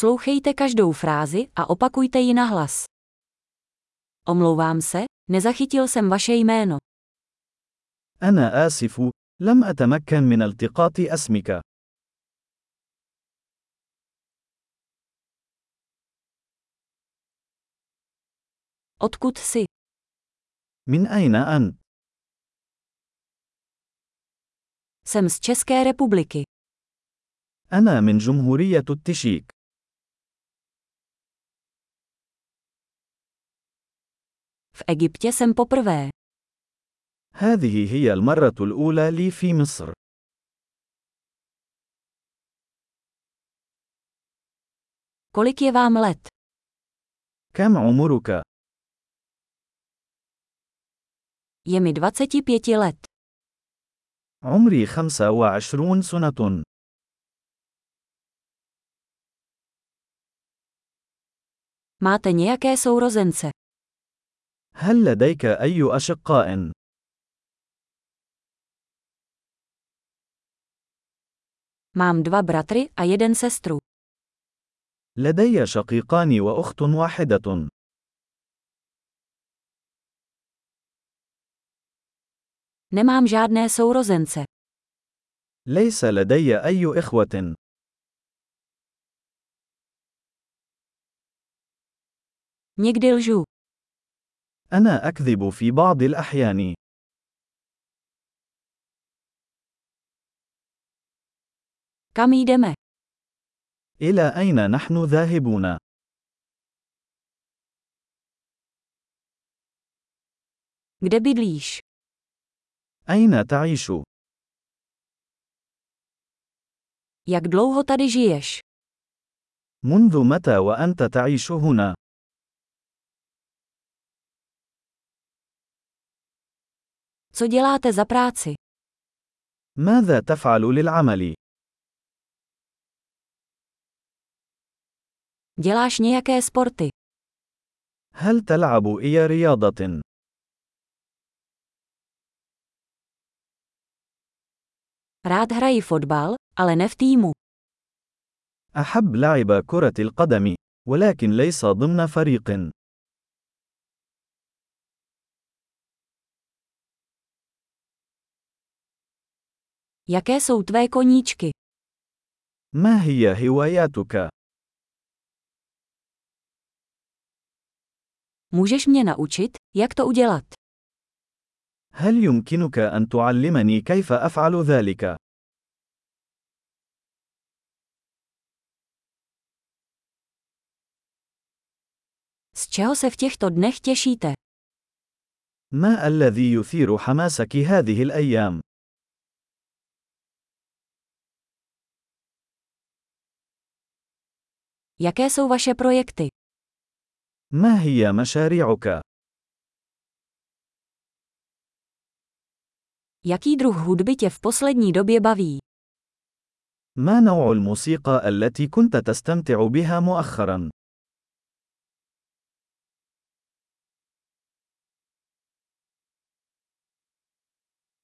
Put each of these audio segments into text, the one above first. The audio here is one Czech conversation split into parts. Poslouchejte každou frázi a opakujte ji na hlas. Omlouvám se, nezachytil jsem vaše jméno. أنا آسف، لم أتمكن من التقاط اسمك. Odkud jsi? من أين أنت؟ Jsem z České republiky. أنا من جمهورية التشيك. V Egyptě jsem poprvé. هذه هي المرة الأولى لي في مصر. Kolik je vám let? كم عمرك؟ Je mi 25 let. عمري 25 سنة. Máte nějaké sourozence? هل لديك أي أشقاء؟ Mám dva bratry a jeden sestru. لدي شقيقان وأخت واحدة. Nemám žádné sourozence. ليس لدي أي إخوة. Někdy lžu. أنا أكذب في بعض الأحيان. Kam jdeme? إلى أين نحن ذاهبون؟ Kde bydlíš? أين تعيش؟ Jak dlouho tady žiješ? منذ متى وأنت تعيش هنا؟ Co děláte za práci? ماذا تفعل للعمل؟ Děláš nějaké sporty? هل تلعب أي رياضة؟ Rád hraji fotbal, ale ne v týmu. أحب لعب كرة القدم، ولكن ليس ضمن فريق. Jaké jsou tvé koníčky? ما هي هواياتك؟ Můžeš mě naučit, jak to udělat? هل يمكنك أن تعلمني كيف أفعل ذلك؟ Z čeho se v těchto dnech těšíte? ما الذي يثير حماسك هذه الأيام؟ Jaké jsou vaše projekty? ما هي مشاريعك؟ Jaký druh hudby tě v poslední době baví? ما نوع الموسيقى التي كنت تستمتع بها مؤخرا؟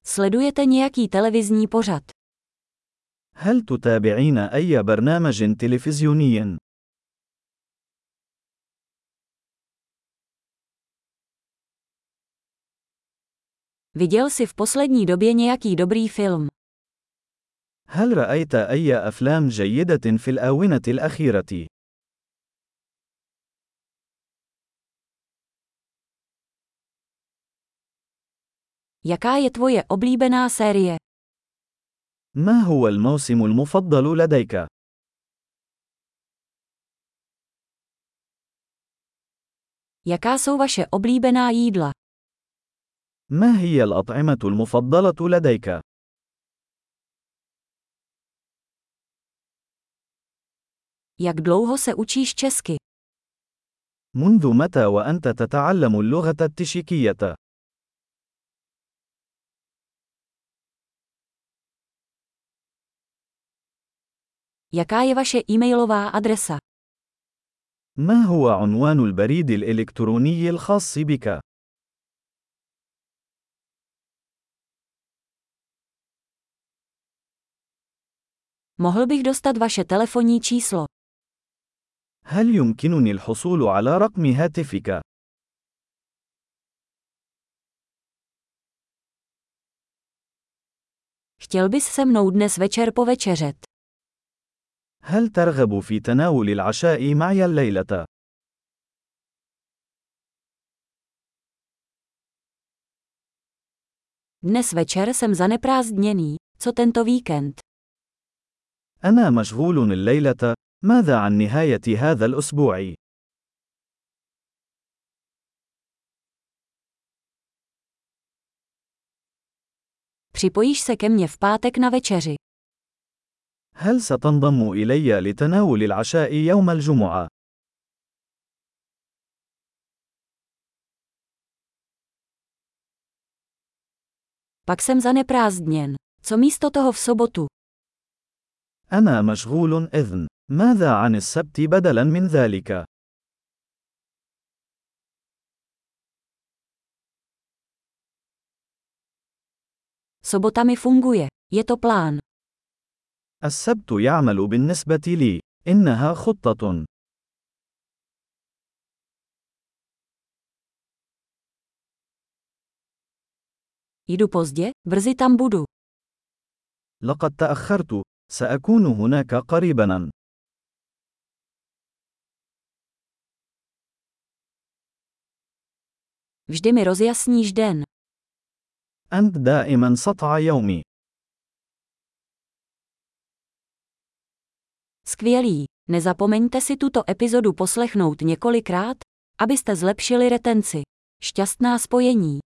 Sledujete nějaký televizní pořad? هل تتابعين أي برنامج تلفزيوني؟ Viděl jsi v poslední době nějaký dobrý film? هل رأيت أي أفلام جيدة في الآونة الأخيرة؟ Jaká je tvoje oblíbená série? ما هو الموسم المفضل لديك؟ Jaká jsou vaše oblíbená jídla? ما هي الأطعمة المفضلة لديك؟ Jak dlouho se učíš česky? منذ متى وأنت تتعلم اللغة التشيكية؟ Jaká je vaše e-mailová adresa? ما هو عنوان البريد الإلكتروني الخاص بك؟ Mohl bych dostat vaše telefonní číslo. هل يمكنني الحصول على رقم هاتفك؟ Chtěl bys se mnou dnes večer povečeřet? هل ترغب في تناول العشاء معي الليلة؟ Dnes večer jsem zaneprázdněný. Co tento víkend? أنا مشغول الليلة. ماذا عن نهاية هذا الأسبوع؟ Připojíš se ke mně v pátek na večeři. هل ستنضم إلي لتناول العشاء يوم الجمعة؟ Pak jsem zaneprázdněn. Co místo toho v sobotu? أنا مشغول إذن. ماذا عن السبت بدلا من ذلك؟ Sobota mi funguje. Je to plán. السبت يعمل بالنسبة لي. إنها خطة. Jdu pozdě, brzy tam budu. لقد تأخرت. سأكون هناك قريبا. Vždy mi rozjasníš den. أنت دائما سطع يومي. Skvělý. Nezapomeňte si tuto epizodu poslechnout několikrát, abyste zlepšili retenci. Šťastná spojení.